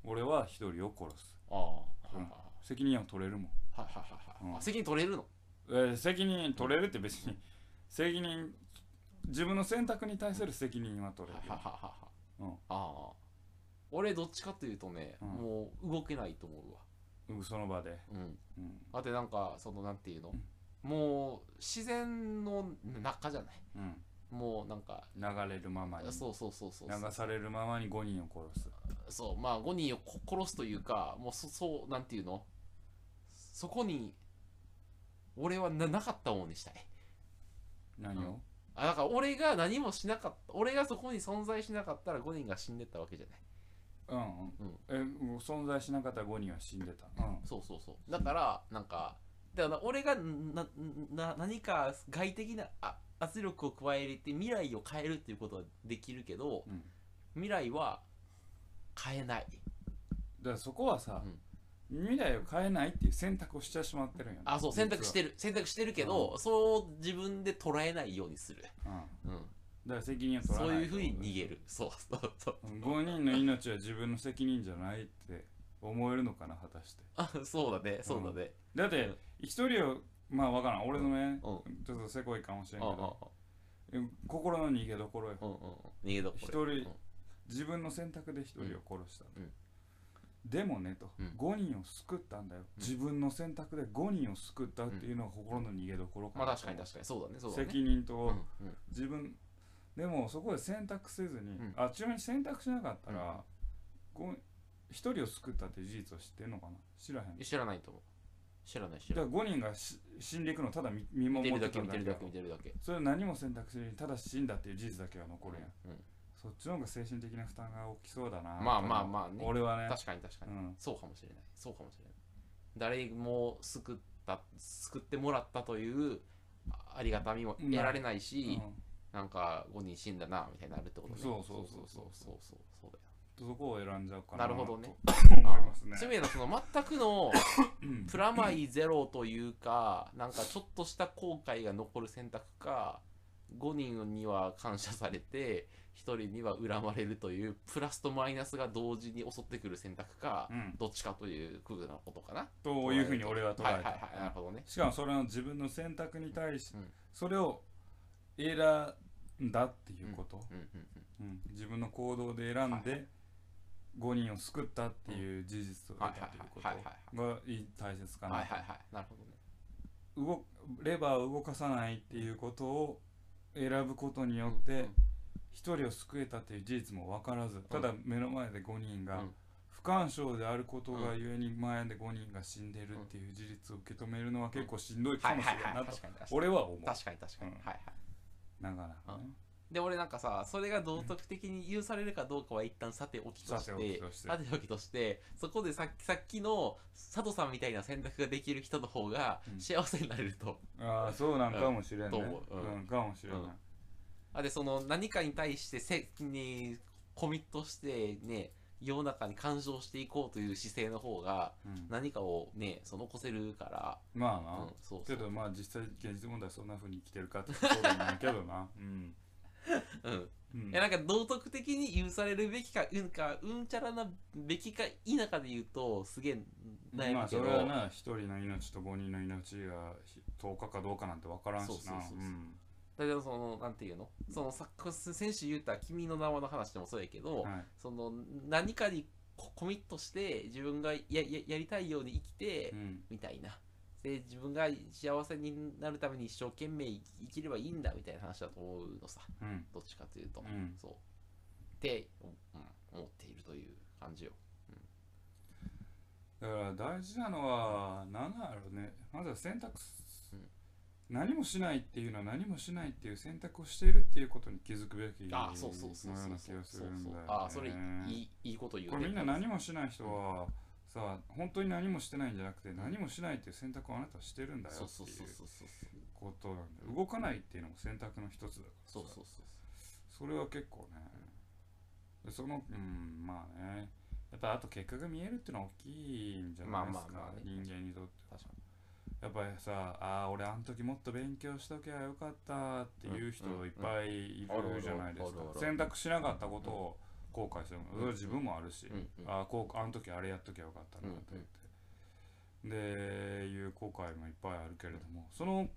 Speaker 1: 俺は一人を殺す
Speaker 2: ああはい
Speaker 1: うん
Speaker 2: はい
Speaker 1: 責任を取れるもん、
Speaker 2: はいはいはい
Speaker 1: うん
Speaker 2: あ責任取れるの
Speaker 1: えー責任取れるって別に 責任自分の選択に対する責任は取
Speaker 2: は
Speaker 1: れ
Speaker 2: い
Speaker 1: る
Speaker 2: は
Speaker 1: よ、
Speaker 2: いはいは
Speaker 1: う
Speaker 2: い
Speaker 1: ん
Speaker 2: ああ俺どっちかというとね、
Speaker 1: うん
Speaker 2: もう動けないと思うわ
Speaker 1: うんその場で、
Speaker 2: うん
Speaker 1: うん
Speaker 2: だってなんかそのなんていうの、
Speaker 1: うん
Speaker 2: もう自然の中じゃない
Speaker 1: うん
Speaker 2: もうなんか、
Speaker 1: 流れるままに流
Speaker 2: そうそうそうそうそう
Speaker 1: されるままに5人を殺す
Speaker 2: そうまあ5人をこ殺すというかもうそそうなんていうのそこに俺はななかったもんにしたい
Speaker 1: 何を、
Speaker 2: あだから俺が何もしなかった俺がそこに存在しなかったら5人が死んでったわけじゃない
Speaker 1: うんうんえもう存在しなかった5人は死んでた、うん、
Speaker 2: そうそうそうだからなんかだから俺がなな何か外的なあ圧力を加えて未来を変えるっていうことはできるけど
Speaker 1: うん
Speaker 2: 未来は変えない
Speaker 1: だからそこはさ、未来を変えないっていう選択をしちゃしまってるんや
Speaker 2: あそう選択して
Speaker 1: る、
Speaker 2: る選択してるけど、そう自分で捉えないようにする、
Speaker 1: うん、だか
Speaker 2: うん、
Speaker 1: ら責任を取ら
Speaker 2: そ
Speaker 1: ないう
Speaker 2: いうふうに逃げる。そうそうそう。
Speaker 1: 5人の命は自分の責任じゃないって思えるのかな果たして
Speaker 2: あそう だね、そうだね。
Speaker 1: だって一人をまあわからん俺のね、
Speaker 2: うん
Speaker 1: ちょっとせこいかもしれん
Speaker 2: うん
Speaker 1: け
Speaker 2: うんうん
Speaker 1: ど、心の逃げどころよ
Speaker 2: うんうん。逃げどこ
Speaker 1: 一
Speaker 2: ろ。
Speaker 1: 人、自分の選択で一人を殺した、
Speaker 2: うん
Speaker 1: でもねと、
Speaker 2: うん
Speaker 1: 5人を救ったんだよ、
Speaker 2: うん
Speaker 1: 自分の選択で5人を救ったっていうのが心の逃げどころか
Speaker 2: ま
Speaker 1: な
Speaker 2: あ確かに確かに、そうだね、そうだね。
Speaker 1: 責任と、
Speaker 2: うんうん
Speaker 1: 自分でもそこで選択せずに、
Speaker 2: うん
Speaker 1: あちなみに選択しなかったら、ご一人を救ったって事実を知ってんのかな知らへん
Speaker 2: 知らないと思う知らない知
Speaker 1: だからら
Speaker 2: ない
Speaker 1: 5人がし死んでいくのをただ見見守
Speaker 2: 見て
Speaker 1: っ
Speaker 2: る
Speaker 1: て
Speaker 2: だけ
Speaker 1: たん
Speaker 2: 見
Speaker 1: だ
Speaker 2: て
Speaker 1: け
Speaker 2: るだけ
Speaker 1: ど
Speaker 2: 見てるだけ
Speaker 1: それ何も選択せずにただ死んだっていう事実だけが残るやん
Speaker 2: うん
Speaker 1: そっちの方が精神的な負担が大きそうだな
Speaker 2: まあまあまあね
Speaker 1: 俺はね
Speaker 2: 確かに確かに
Speaker 1: うん
Speaker 2: そうかもしれないそうかもしれない誰も救った救ってもらったというあありがたみも
Speaker 1: うん
Speaker 2: 得られないし、
Speaker 1: うん
Speaker 2: なんか5人死んだなみたいになるってことね
Speaker 1: そうそうそう
Speaker 2: そ
Speaker 1: そうう
Speaker 2: そうそうそうだよ
Speaker 1: そこを選んじゃうか
Speaker 2: な
Speaker 1: な
Speaker 2: るほどね
Speaker 1: と 思います
Speaker 2: そういう
Speaker 1: ね
Speaker 2: 意味ではその全くの
Speaker 1: うん
Speaker 2: プラマイゼロというかなんかちょっとした後悔が残る選択か5人には感謝されて1人には恨まれるというプラスとマイナスが同時に襲ってくる選択か、
Speaker 1: うん
Speaker 2: どっちかというふうなことかな。
Speaker 1: というふうに俺は捉
Speaker 2: はいは
Speaker 1: え
Speaker 2: い
Speaker 1: た
Speaker 2: はいなるほどね。
Speaker 1: しかもそれの自分の選択に対し
Speaker 2: うん
Speaker 1: それを選んだっていうこと
Speaker 2: うんうんうん
Speaker 1: うん自分の行動で選んで5人を救ったっていう事実を得たということ
Speaker 2: はいはいはい
Speaker 1: がいい大切か
Speaker 2: はい
Speaker 1: な
Speaker 2: はいはいなるほどね。
Speaker 1: 動レバーを動かさないっていうことを選ぶことによっ
Speaker 2: うんう
Speaker 1: て
Speaker 2: ん
Speaker 1: 一人を救えたっていう事実も分からずただ目の前で5人が
Speaker 2: うん
Speaker 1: 不干渉であることがゆえに前で5人が死んでるっていう事実を受け止めるのは結構しんどい
Speaker 2: は
Speaker 1: か
Speaker 2: い
Speaker 1: もし
Speaker 2: は
Speaker 1: れ
Speaker 2: い
Speaker 1: ない
Speaker 2: はい
Speaker 1: なと
Speaker 2: 確かに確かに
Speaker 1: 俺は思う
Speaker 2: 確かに確かに、
Speaker 1: うん
Speaker 2: はいはい。
Speaker 1: なかなかね
Speaker 2: で俺なんかさそれが道徳的に許されるかどうかは一旦さておきとして
Speaker 1: さておきとして
Speaker 2: さておきとしてそこでさっきさっきの佐藤さんみたいな選択ができる人の方が
Speaker 1: うん
Speaker 2: 幸せになれると、
Speaker 1: ああそうなんかもしれん
Speaker 2: と
Speaker 1: ね
Speaker 2: 思ううん
Speaker 1: うんかもしれない
Speaker 2: うんあでその何かに対してせにコミットしてね世の中に干渉していこうという姿勢の方が
Speaker 1: うん
Speaker 2: 何かをねその起こせるから、
Speaker 1: まあ
Speaker 2: うん
Speaker 1: な
Speaker 2: そうそ
Speaker 1: け
Speaker 2: う
Speaker 1: どまあ実際現実問題そんな風に生きてるかってそうでもないけどなうん
Speaker 2: うん
Speaker 1: うん
Speaker 2: いやなんか道徳的に許されるべきかうんかうんちゃらなべきか否かで言うとすげえ悩
Speaker 1: ま
Speaker 2: む
Speaker 1: あ
Speaker 2: け
Speaker 1: そ
Speaker 2: ど、
Speaker 1: れはな一人の命と五人の命が10日かどうかなんて分からんしな
Speaker 2: そうそうそうそう
Speaker 1: うん
Speaker 2: だけどそのなんていうのそのさ先週言った「君の名は」の話でもそうやけど、
Speaker 1: はい
Speaker 2: その何かにココミットして自分がやややりたいように生きて、
Speaker 1: うん
Speaker 2: みたいなで自分が幸せになるために一生懸命生きればいいんだみたいな話だと思うのさ
Speaker 1: うん
Speaker 2: どっちかというと、
Speaker 1: うん
Speaker 2: そうって、うん、思っているという感じよ
Speaker 1: だから大事なのは何だろうねまずは選択す
Speaker 2: うん
Speaker 1: 何もしないっていうのは何もしないっていう選択をしているっていうことに気づくべき
Speaker 2: あそうそうそう
Speaker 1: のよ
Speaker 2: そうう
Speaker 1: な気
Speaker 2: そう
Speaker 1: がす
Speaker 2: そ
Speaker 1: る
Speaker 2: うんそ
Speaker 1: だよ
Speaker 2: う
Speaker 1: ね
Speaker 2: あそれいいいいこと言う
Speaker 1: これみんな何
Speaker 2: も
Speaker 1: もしない人はさ本当に何もしてないんじゃなくて何もしないっていう選択をあなたはしてるんだよ
Speaker 2: そう
Speaker 1: って
Speaker 2: そう
Speaker 1: い
Speaker 2: そう
Speaker 1: う
Speaker 2: そうそう
Speaker 1: ことなんで動かないっていうのも選択の一つだからさ
Speaker 2: そうそうそう
Speaker 1: それは結構ねでそのうんまあねやっぱあと結果が見えるっていうのは大きいんじゃないです
Speaker 2: まあまあま
Speaker 1: か
Speaker 2: あね
Speaker 1: 人間にとって
Speaker 2: 確か
Speaker 1: やっぱりさああ俺あの時もっと勉強しときゃよかったっていう人
Speaker 2: うんうん
Speaker 1: いっぱいいるじゃないですか
Speaker 2: あるあるあるある
Speaker 1: 選択しなかったことを後悔する
Speaker 2: うん
Speaker 1: それは自分もあるし、
Speaker 2: に、うんうん、
Speaker 1: あーこうあの時あれやっときゃよかったなって言って、でいう後悔もいっぱいあるけれども、その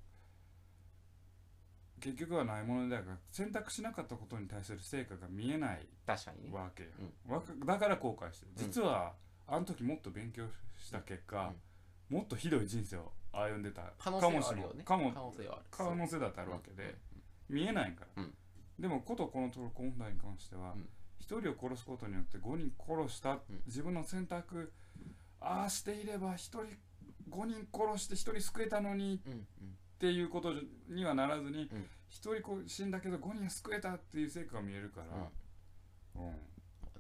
Speaker 1: 結局はないものだから選択しなかったことに対する成果が見えない
Speaker 2: 確かにね
Speaker 1: わけよ、わかだから後悔してる
Speaker 2: うん
Speaker 1: 実は、あの時もっと勉強した結果、もっとひどい人生を歩んでた
Speaker 2: 可
Speaker 1: か
Speaker 2: 能性
Speaker 1: も
Speaker 2: は
Speaker 1: し
Speaker 2: あ
Speaker 1: れ
Speaker 2: る
Speaker 1: ない
Speaker 2: よね
Speaker 1: かも
Speaker 2: 可能性はある
Speaker 1: 可能性だってあるわけで、見えないから、
Speaker 2: うん
Speaker 1: でもことこのトルコ問題に関しては
Speaker 2: うん
Speaker 1: 一、人を殺すことによって5人殺した、
Speaker 2: ん
Speaker 1: 自分の選択ああしていれば一人5人殺して1人救えたのに
Speaker 2: うんうんうん
Speaker 1: っていうことにはならずに
Speaker 2: うん
Speaker 1: 一、人こう死んだけど5人救えたっていう成果が見えるから、う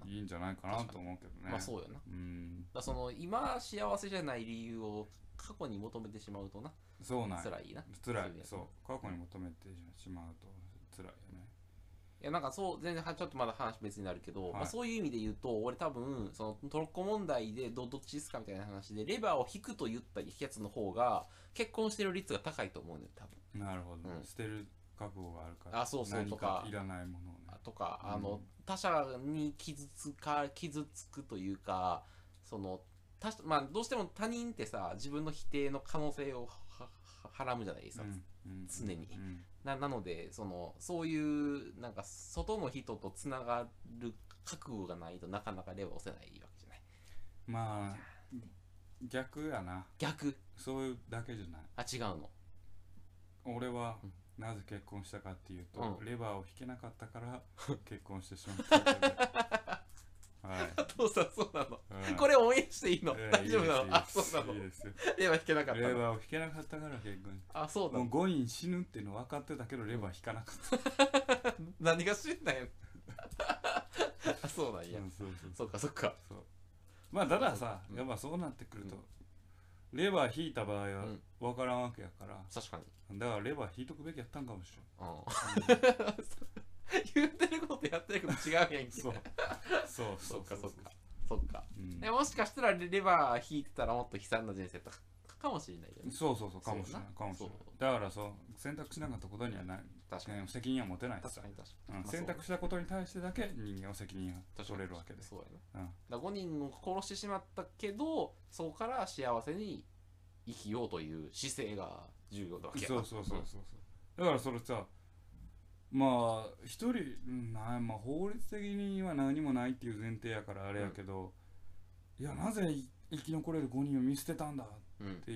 Speaker 1: んいいんじゃないかなと思うけどね。
Speaker 2: まあそうよな
Speaker 1: うん
Speaker 2: だからその今幸せじゃない理由を過去に求めてしまうとな
Speaker 1: そうなんや
Speaker 2: 辛いな
Speaker 1: 辛い
Speaker 2: そうや
Speaker 1: そう過去に求めてしまうと辛いよね。
Speaker 2: いやなんかそう全然はちょっとまだ話別になるけど、
Speaker 1: はい
Speaker 2: まあ、そういう意味で言うと俺多分そのトロッコ問題でどどっちですかみたいな話でレバーを引くと言ったやつの方が結婚してる率が高いと思うのよ多分
Speaker 1: なるほど、
Speaker 2: うん
Speaker 1: 捨てる覚悟があるから
Speaker 2: あそうそう
Speaker 1: 何
Speaker 2: とか
Speaker 1: いらないものをね
Speaker 2: とか、
Speaker 1: うん
Speaker 2: あの他者に傷つか傷つくというかその他者まあ、どうしても他人ってさ自分の否定の可能性をはははらむじゃないですか、
Speaker 1: うん
Speaker 2: 常に
Speaker 1: うん
Speaker 2: ななのでそのそういうなんか外の人とつながる覚悟がないとなかなかレバーを押せないわけじゃない
Speaker 1: まあ逆やな
Speaker 2: 逆
Speaker 1: そういうだけじゃない
Speaker 2: あ違うの
Speaker 1: 俺は
Speaker 2: うん
Speaker 1: なぜ結婚したかっていうと、
Speaker 2: うん
Speaker 1: レバーを引けなかったから結婚してしまったわけではい
Speaker 2: 父さんそうなの
Speaker 1: うん
Speaker 2: これオンエアしていいの
Speaker 1: ええ
Speaker 2: 大丈夫なの
Speaker 1: いい
Speaker 2: あ
Speaker 1: です
Speaker 2: そうなの
Speaker 1: いいですよ
Speaker 2: レバー引けなかった
Speaker 1: レ
Speaker 2: の
Speaker 1: バーを引けなかったから結婚
Speaker 2: あそうな
Speaker 1: もう
Speaker 2: の
Speaker 1: ゴイン死ぬっての分かってたけどレバー引かなかっ
Speaker 2: 何が知んないの あそうなん
Speaker 1: た
Speaker 2: や
Speaker 1: うんそうそう
Speaker 2: そっかそっか
Speaker 1: そうまあたださ
Speaker 2: うん
Speaker 1: やっぱそうなってくるとレバー引いた場合は
Speaker 2: うん
Speaker 1: 分からんわけやから
Speaker 2: 確かに
Speaker 1: だからレバー引いとくべきやったんかもし
Speaker 2: うん
Speaker 1: れん
Speaker 2: 言ってることやってること違うやんけ
Speaker 1: そうそう
Speaker 2: そっかそっ
Speaker 1: う
Speaker 2: かそっか
Speaker 1: うん
Speaker 2: えもしかしたらレレバー引いてたらもっと悲惨な人生とか かもしれないよね
Speaker 1: そうそうそうかもしれない
Speaker 2: そうやな
Speaker 1: かもしれない
Speaker 2: そう
Speaker 1: だからそう選択しなかったことにはない
Speaker 2: 確かに
Speaker 1: 責任は持てないし
Speaker 2: 確
Speaker 1: さ
Speaker 2: かに確か
Speaker 1: う
Speaker 2: に
Speaker 1: ん
Speaker 2: まあ
Speaker 1: 選択したことに対してだけ人間は責任が
Speaker 2: そう
Speaker 1: 取れるわけで
Speaker 2: そうやな
Speaker 1: うん
Speaker 2: だ5人を殺してしまったけどそこから幸せに生きようという姿勢が重要だわけや
Speaker 1: そう
Speaker 2: な
Speaker 1: そうそうそうそうだからそれさまあ一人うんなんまあ法律的には何もないっていう前提やからあれやけど、いやなぜい生き残れる5人を見捨てたんだっ
Speaker 2: うん、うん
Speaker 1: て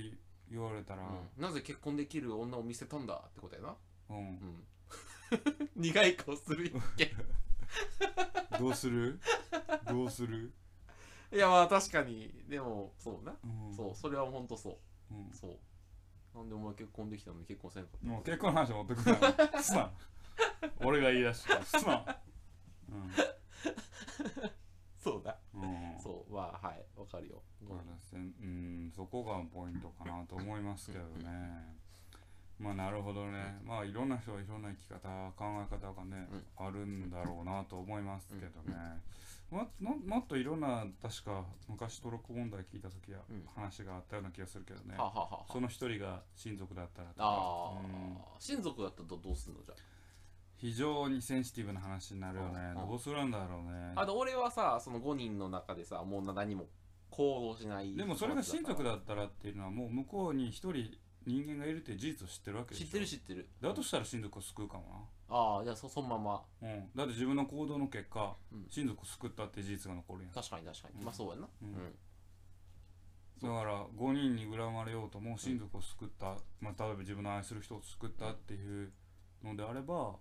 Speaker 1: 言われたら、
Speaker 2: なぜ結婚できる女を見せたんだってことやな、
Speaker 1: うん
Speaker 2: うん、 苦い顔する一
Speaker 1: どうするどうする、
Speaker 2: 見いやまあ確かにでもそうな、
Speaker 1: うん、
Speaker 2: そうそれは本当そう
Speaker 1: ん
Speaker 2: う、そうなんでお前結婚できたのに結婚せんかった
Speaker 1: もう結婚の話持ってくるなすまん俺が言い出したすまん
Speaker 2: そうだ
Speaker 1: うん、うん、
Speaker 2: そうまあはいわかるよ、
Speaker 1: だからせんうん、そこがポイントかなと思いますけどね。まあなるほどね。まあいろんな人はいろんな生き方、考え方がね、あるんだろうなと思いますけどね。まももっといろんな、確か昔トルコ問題聞いた時は
Speaker 2: うん
Speaker 1: 話があったような気がするけどね
Speaker 2: はあ、。はあはあ
Speaker 1: その一人が親族だったらと
Speaker 2: あ
Speaker 1: か、
Speaker 2: ー、
Speaker 1: うん
Speaker 2: 親族だったらどどうすんのじゃ
Speaker 1: 非常にセンシティブな話になるよね。
Speaker 2: ああ
Speaker 1: どうするんだろうね
Speaker 2: あ。あと俺はさその5人の中でさもう何も行動しない
Speaker 1: でもそれが親族
Speaker 2: だ
Speaker 1: だったらっていうのはもう向こうに一人人間がいるっていう事実を知ってるわけでし
Speaker 2: 知
Speaker 1: ょ
Speaker 2: ってる知ってる
Speaker 1: だとしたら親族を救うかも
Speaker 2: ああじゃあそそのまま
Speaker 1: な、うん、だって自分の行動の結果、
Speaker 2: うん
Speaker 1: 親族を救ったって事実が残るやんだか
Speaker 2: 確かに確かに、
Speaker 1: うん
Speaker 2: まあそうやな
Speaker 1: う
Speaker 2: うんん、
Speaker 1: ら5人に恨まれようとも親族を救った、まあ、例えば自分の愛する人を救ったっていうのであれば、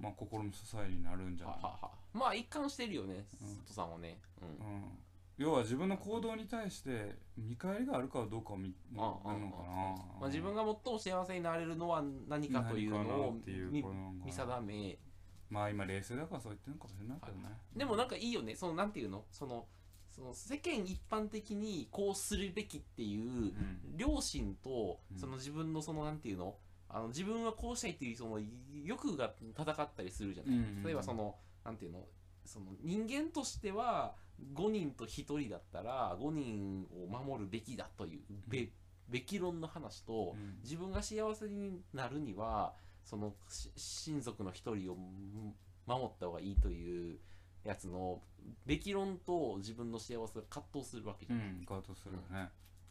Speaker 1: まあ、心の支えになるんじゃ
Speaker 2: は
Speaker 1: な
Speaker 2: あ
Speaker 1: い、
Speaker 2: はあはあまあ一貫してるよね
Speaker 1: うん
Speaker 2: 佐藤さんはねうん、
Speaker 1: うん、要は自分の行動に対して見返りがあるかどうかを見
Speaker 2: ああ
Speaker 1: もう見るのかな
Speaker 2: まあ、自分が最も幸せになれるのは何かというの
Speaker 1: 何か
Speaker 2: を
Speaker 1: なっていう
Speaker 2: 見
Speaker 1: このが
Speaker 2: 見定め
Speaker 1: まあ今冷静だからそう言ってるのかもしれないけどね
Speaker 2: でもなんかいいよねそのなんていうのそのその世間一般的にこうするべきっていう
Speaker 1: う
Speaker 2: 両親と
Speaker 1: うん
Speaker 2: その自分のそのなんていうのあの自分はこうしたいっていうその欲が戦ったりするじゃない、
Speaker 1: うんうんうん
Speaker 2: 例えばそのなんていうのその人間としては5人と1人だったら5人を守るべきだというべ,、べき論の話と、
Speaker 1: うん
Speaker 2: 自分が幸せになるにはそのし親族の一人をうん守った方がいいというやつのべき論と自分の幸せが葛藤するわけじ
Speaker 1: う
Speaker 2: ゃ
Speaker 1: ん、
Speaker 2: ない、
Speaker 1: カートするよね、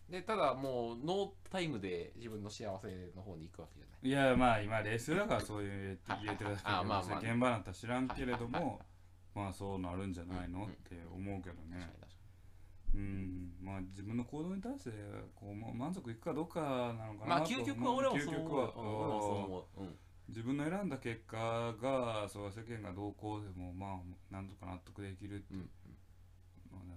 Speaker 2: でただもうノータイムで自分の幸せの方に行くわけじゃない
Speaker 1: いやまあ今冷静だからそういう言えて言えてるだけだ
Speaker 2: あ
Speaker 1: け
Speaker 2: ま
Speaker 1: ど
Speaker 2: あまあ
Speaker 1: 世間話だったら知らんけれどもまあそうなるんじゃないの
Speaker 2: うん
Speaker 1: って思うけど
Speaker 2: 確
Speaker 1: ね
Speaker 2: かに確か
Speaker 1: うんまあ自分の行動に対してこうもう満足いくかどうかなのか
Speaker 2: にま
Speaker 1: な
Speaker 2: あ
Speaker 1: と思
Speaker 2: 究
Speaker 1: う
Speaker 2: 極は俺も
Speaker 1: 究
Speaker 2: そう思
Speaker 1: 極
Speaker 2: う
Speaker 1: は
Speaker 2: ようん俺もそう思う、うん、
Speaker 1: 自分の選んだ結果がそう世間がどうこうでもまあなんとか納得できるって
Speaker 2: うん
Speaker 1: の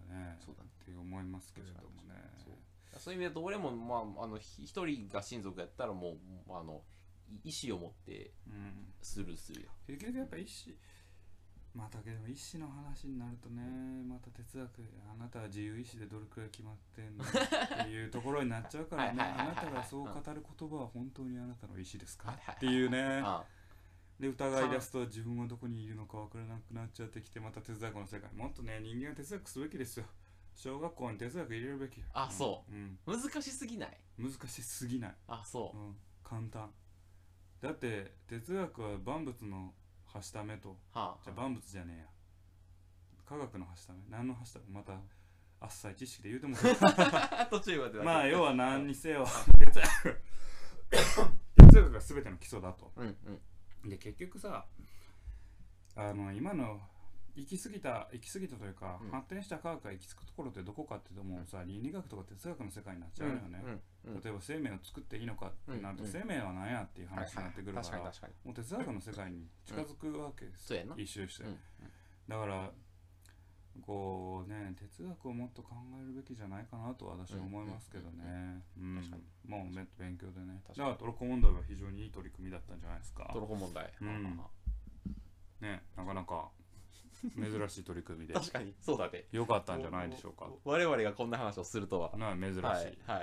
Speaker 1: だね
Speaker 2: そうだね
Speaker 1: って思いますけれどもね
Speaker 2: そうそういう意味だと俺もまああのひ一人が親族やったらもうあのい意思を持って
Speaker 1: うん
Speaker 2: スルーするよ
Speaker 1: 結局やっぱ一子またけど一子の話になるとねまた哲学あなたは自由意志でどれくらい決まってんのっていうところになっちゃうからね
Speaker 2: はいはいは
Speaker 1: あ
Speaker 2: いはい
Speaker 1: なたがそう語る言葉は本当にあなたの意志ですか
Speaker 2: はいはいはい
Speaker 1: っていうね
Speaker 2: あ
Speaker 1: で疑い出すと自分はどこにいるのか分からなくなっちゃってきてまた哲学の世界もっとね人間は哲学すべきですよ小学校に哲学入れるべきよ、
Speaker 2: あそう
Speaker 1: うん、
Speaker 2: 難しすぎない
Speaker 1: 難しすぎない
Speaker 2: あそう
Speaker 1: うん、簡単だって哲学は万物のはしためと
Speaker 2: はあ
Speaker 1: じゃあ万物じゃねえや科学のはしため何のはしためまたあっさい知識で言うて も
Speaker 2: 途中までだけど
Speaker 1: まあ要は何に せよ哲学哲学が全ての基礎だと
Speaker 2: うんうん
Speaker 1: で結局さあの今の行き過ぎた行き過ぎたというか、
Speaker 2: うん
Speaker 1: 発展した科学が行き着くところってどこかっていうともうさ倫理学とか哲学の世界になっちゃうよね、
Speaker 2: うんうん
Speaker 1: 例えば生命を作っていいのかってなると、
Speaker 2: うんうん
Speaker 1: 生命は何やっていう話になってくるから、
Speaker 2: はいはい確かに確かに
Speaker 1: もう哲学の世界に近づくわけです、
Speaker 2: そうやな
Speaker 1: 一周して、
Speaker 2: うん
Speaker 1: だからこうね哲学をもっと考えるべきじゃないかなと私は思いますけどねうん
Speaker 3: 確かに
Speaker 1: もうめ勉強でね
Speaker 3: 確
Speaker 1: じ
Speaker 3: かに
Speaker 1: ゃあトルコ問題は非常にいい取り組みだったんじゃないですか
Speaker 3: トルコ問題、
Speaker 1: うんねなかなか珍しい取り組みで
Speaker 3: 確かにそうだね
Speaker 1: よかったんじゃないでしょうか
Speaker 3: 我々がこんな話をするとは
Speaker 1: なあ珍しい、
Speaker 3: はい、は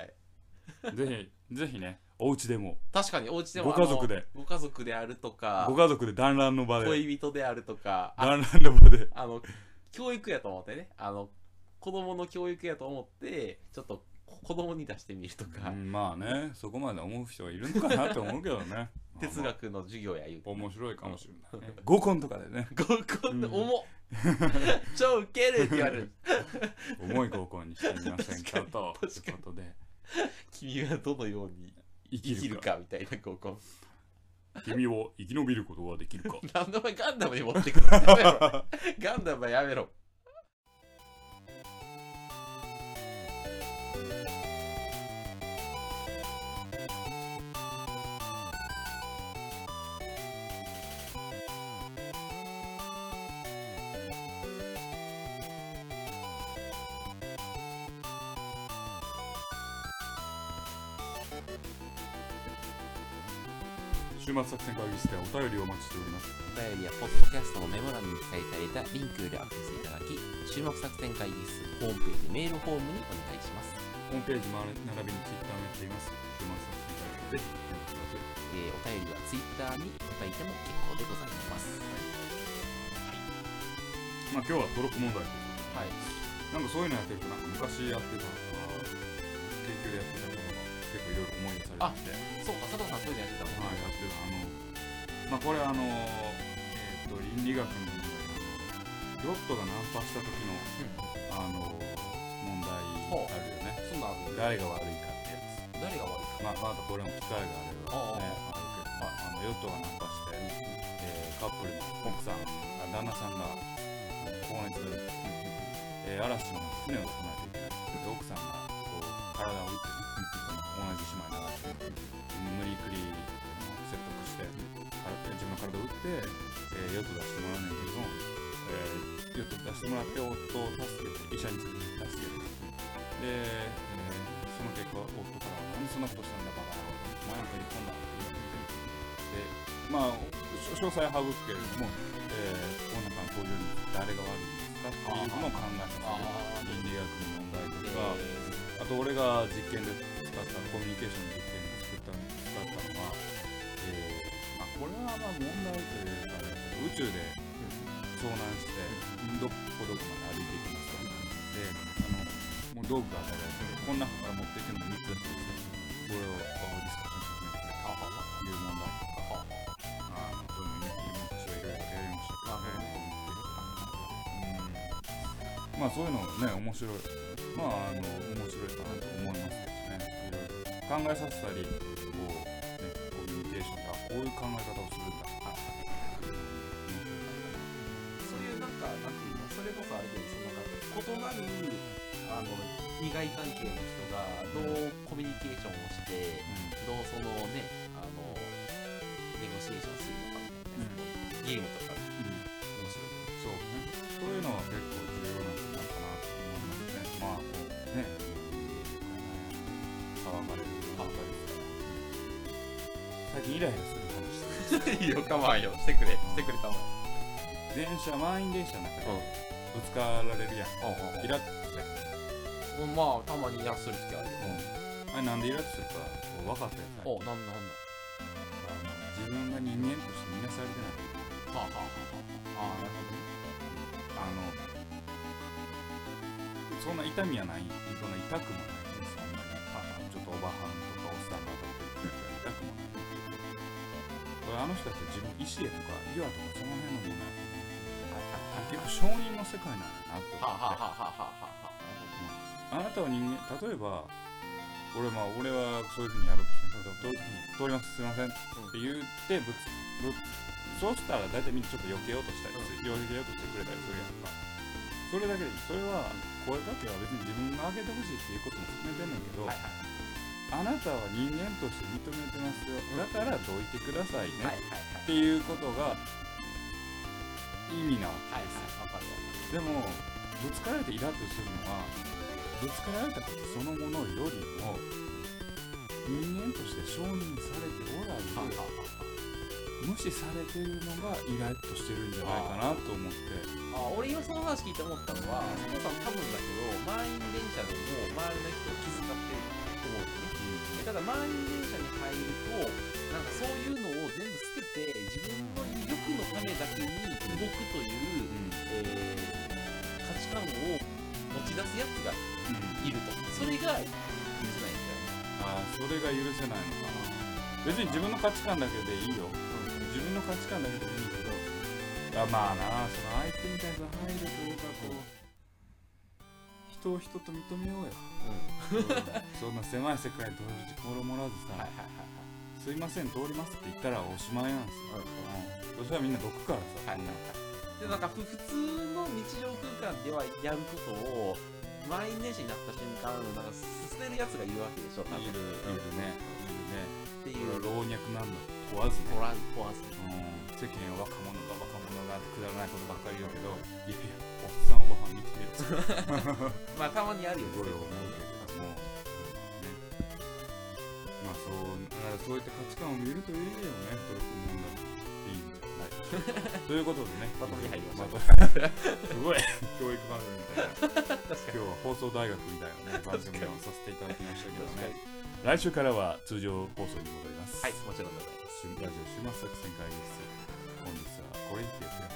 Speaker 3: い、
Speaker 1: ぜひぜひねお家でも
Speaker 3: 確かにお家でも
Speaker 1: ご家族で
Speaker 3: あのご家族であるとか
Speaker 1: ご家族で団らんの場で
Speaker 3: 恋人であるとかあ
Speaker 1: 団らんの場で
Speaker 3: あの教育やと思ってねあの子供の教育やと思ってちょっと子供に出してみるとか、
Speaker 1: うんまあねそこまで思う人はいるのかなと思うけどねまあまあ
Speaker 3: 哲学の授業や言うて
Speaker 1: 面白いかもしれない、ね、合コンとかでね
Speaker 3: 合コンで
Speaker 1: うん
Speaker 3: 重っ超ウケるって言われる
Speaker 1: 重い合コンにしてみませんかと
Speaker 3: 確かに確か
Speaker 1: とい
Speaker 3: に
Speaker 1: うことで
Speaker 3: 君はどのように生
Speaker 1: 生き
Speaker 3: きる
Speaker 1: るか
Speaker 3: かみたいな合コン
Speaker 1: 君を生き延びることができるか
Speaker 3: 何でお前ガンダムに持ってくるのやめろガンダムはやめろ
Speaker 1: 週末作戦会議室ではお便りをお待ちしております
Speaker 2: お便りやポッドキャストのメモ欄に記載されたリンクよりアクセスいただき注目作戦会議室ホームページメールフォームにお願いします、
Speaker 1: ホームページも並びにツイッターもやっています週末作戦会議室ぜひご覧ください
Speaker 2: えーお
Speaker 1: まあ
Speaker 2: 便りは Twitter に答えても結構でございます
Speaker 1: 今日はトロッコ問題という
Speaker 3: はい
Speaker 1: なんかそういうのやってるとなんか昔やってたのとか研究でやってたのとか結構いろいろ思い出されてて
Speaker 3: そうか佐藤さんそういうのやってたもんね
Speaker 1: はい、やってるあのまあこれあのえっ、と倫理学の問題ヨットがナンパした時のあの問題
Speaker 3: ほう
Speaker 1: あるよね
Speaker 3: そんなんある
Speaker 1: 誰が悪いかってやつ
Speaker 3: 誰が悪い
Speaker 1: まあまだこれも機会があればねあるけどあのヨットがナンパして、えーカップルの奥さんあ旦那さんが公園に連れてえー嵐の船を行わないといけないで奥さんがこう体を打って同じ島に流れて無理くり説得して体自分の体を打って、えーヨット出してもらうねんけど、えーヨット出してもらって夫を助けて医者に連れて助けてで、えーその結果夫から「何でそんなことしたんだバカお前なんか日本だ」って言ってでまあ詳詳細は省くけれども、えー、この中の登場に誰が悪いんですかっ
Speaker 3: あー
Speaker 1: ていうのを考えさせる倫理学の問題
Speaker 3: え
Speaker 1: とか、あと俺が実験で使ったコミュニケーションの実験で作った使ったのは、えーまあ、これはまあ問題というか、ね、宇宙で遭難してどこどこまで歩いていきますかであのもう道具が与えられてこんなから持っていくのに3つだったんですよこれをあディスカッションして
Speaker 3: ー、ああ
Speaker 1: みていう問題とかあのそういうのね私はいろいろやりましたけどねうんまあそういうのね面白いまああの面白いかなと思いますけどねいろいろ考えさせたりこうねコミュニケーションであこういう考え方をするんだあ
Speaker 3: そういうなんか、なんていうの、それこそあれで、そのなんか異なる、あの、利害関係の人がどうコミュニケーションをして、どうそのね、あの、ネゴシエーションするのかみたいな、ゲームとか
Speaker 1: うん、うん
Speaker 3: 面白い。
Speaker 1: そうね。そういうのは結構重要なんじゃないかなと思いますね。まあ、こうね、騒がれる、騒がれるから。最近イライラする話し
Speaker 3: いい
Speaker 1: てる
Speaker 3: よ、構わんよ。してくれ、してくれたもん。
Speaker 1: 電車、満員電車の中
Speaker 3: うん
Speaker 1: でぶつかられるやん。
Speaker 3: うん
Speaker 1: イラッとしたや
Speaker 3: まあ、たまにイラする時ある
Speaker 1: ん。あれなんでイラッとするか、こう分かったやん。
Speaker 3: お、なんだなんだ。
Speaker 1: あの自分が人間として見なされてない。
Speaker 3: はあはあはあはあ。ああ、なる
Speaker 1: あの、そんな痛みはない、そんな痛くもないし、そんなに、あのちょっとおばはんとかおっさんがとか言ってたら痛くもない。これあの人たち自分、石江とか岩とかその辺のものあ結構証人の世界なんだなって
Speaker 3: ほど。
Speaker 1: 思って
Speaker 3: はあはあはあはあはあ。
Speaker 1: あなたは人間例えば俺まあ俺はそういうふうにやろうとして例えば通りますすいませんって言ってぶつぶそうしたら大体みんなちょっと避けようとしたりする、避けようとしてくれたりするやんかそれだけでいいそれは声かけは別に自分が上げてほしいっていうことも含めてんねんけど、
Speaker 3: はい
Speaker 1: あなたは人間として認めてますよだからどいてください
Speaker 3: はいはいはい。
Speaker 1: ね、っていうことが意味なわ
Speaker 3: はい
Speaker 1: け
Speaker 3: はい、わかるわかる。
Speaker 1: でもぶつかられてイラッとするのはぶつかられたことそのものよりも人間として承認されておらず、
Speaker 2: はい
Speaker 1: 無視されてるのがイラッとしてるんじゃないかなと思って
Speaker 2: あ俺今その話聞いて思ったのは佐藤さん多分だけど満員電車でも周りの人を気遣ってると思うんですねただ満員電車に入るとなんかそういうのを全部捨てて自分の魅力のためだけに動くという、えー価値観を持ち出すやつがいるとそれが許せないん
Speaker 1: あーそれが許せないのかな別に自分の価値観だけでいいよ自分の価値観だけでいいけどあまあなその相手に対する配慮というかこう人を人と認めようよそんな狭い世界に閉じこもらず
Speaker 2: じゃ
Speaker 1: さ、
Speaker 2: ないは
Speaker 1: すいません通りますって言ったらおしまいなんですよ、うん、そし
Speaker 2: いはいはい
Speaker 1: たらみんなどくからさ、
Speaker 2: はい
Speaker 1: そんな
Speaker 2: でなんかふ普通の日常空間ではやることを満員電車になった瞬間なんか捨てるやつがいるわけでしょ多分
Speaker 1: いるいるねい
Speaker 2: ってい
Speaker 1: るね
Speaker 2: う
Speaker 1: 老若男女問わずね
Speaker 2: 取ら取らずに
Speaker 1: うん世間は若者が若者がってくだらないことばっかり言うけどいやいやおっさんおばはん見てみよす
Speaker 2: まあたまにあるよ
Speaker 1: ごい思う
Speaker 2: ね
Speaker 1: けども、ね、まあそうなんかそういった価値観を見るといいよねと思うんだいいんじゃないということで ね
Speaker 2: まとめに入りま
Speaker 1: まと
Speaker 2: し
Speaker 1: すごい教育番組みたいな今日は放送大学みたいなね番組をさせていただきましたけどね来週からは通常放送に戻ります
Speaker 2: はいもちろんでございます
Speaker 1: しラジオ週末作戦会議室本日はこれにてですね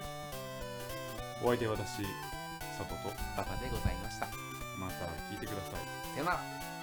Speaker 1: お相手は私佐藤と
Speaker 4: バカでございました。
Speaker 1: また聞いてください
Speaker 4: さよなら。
Speaker 1: さ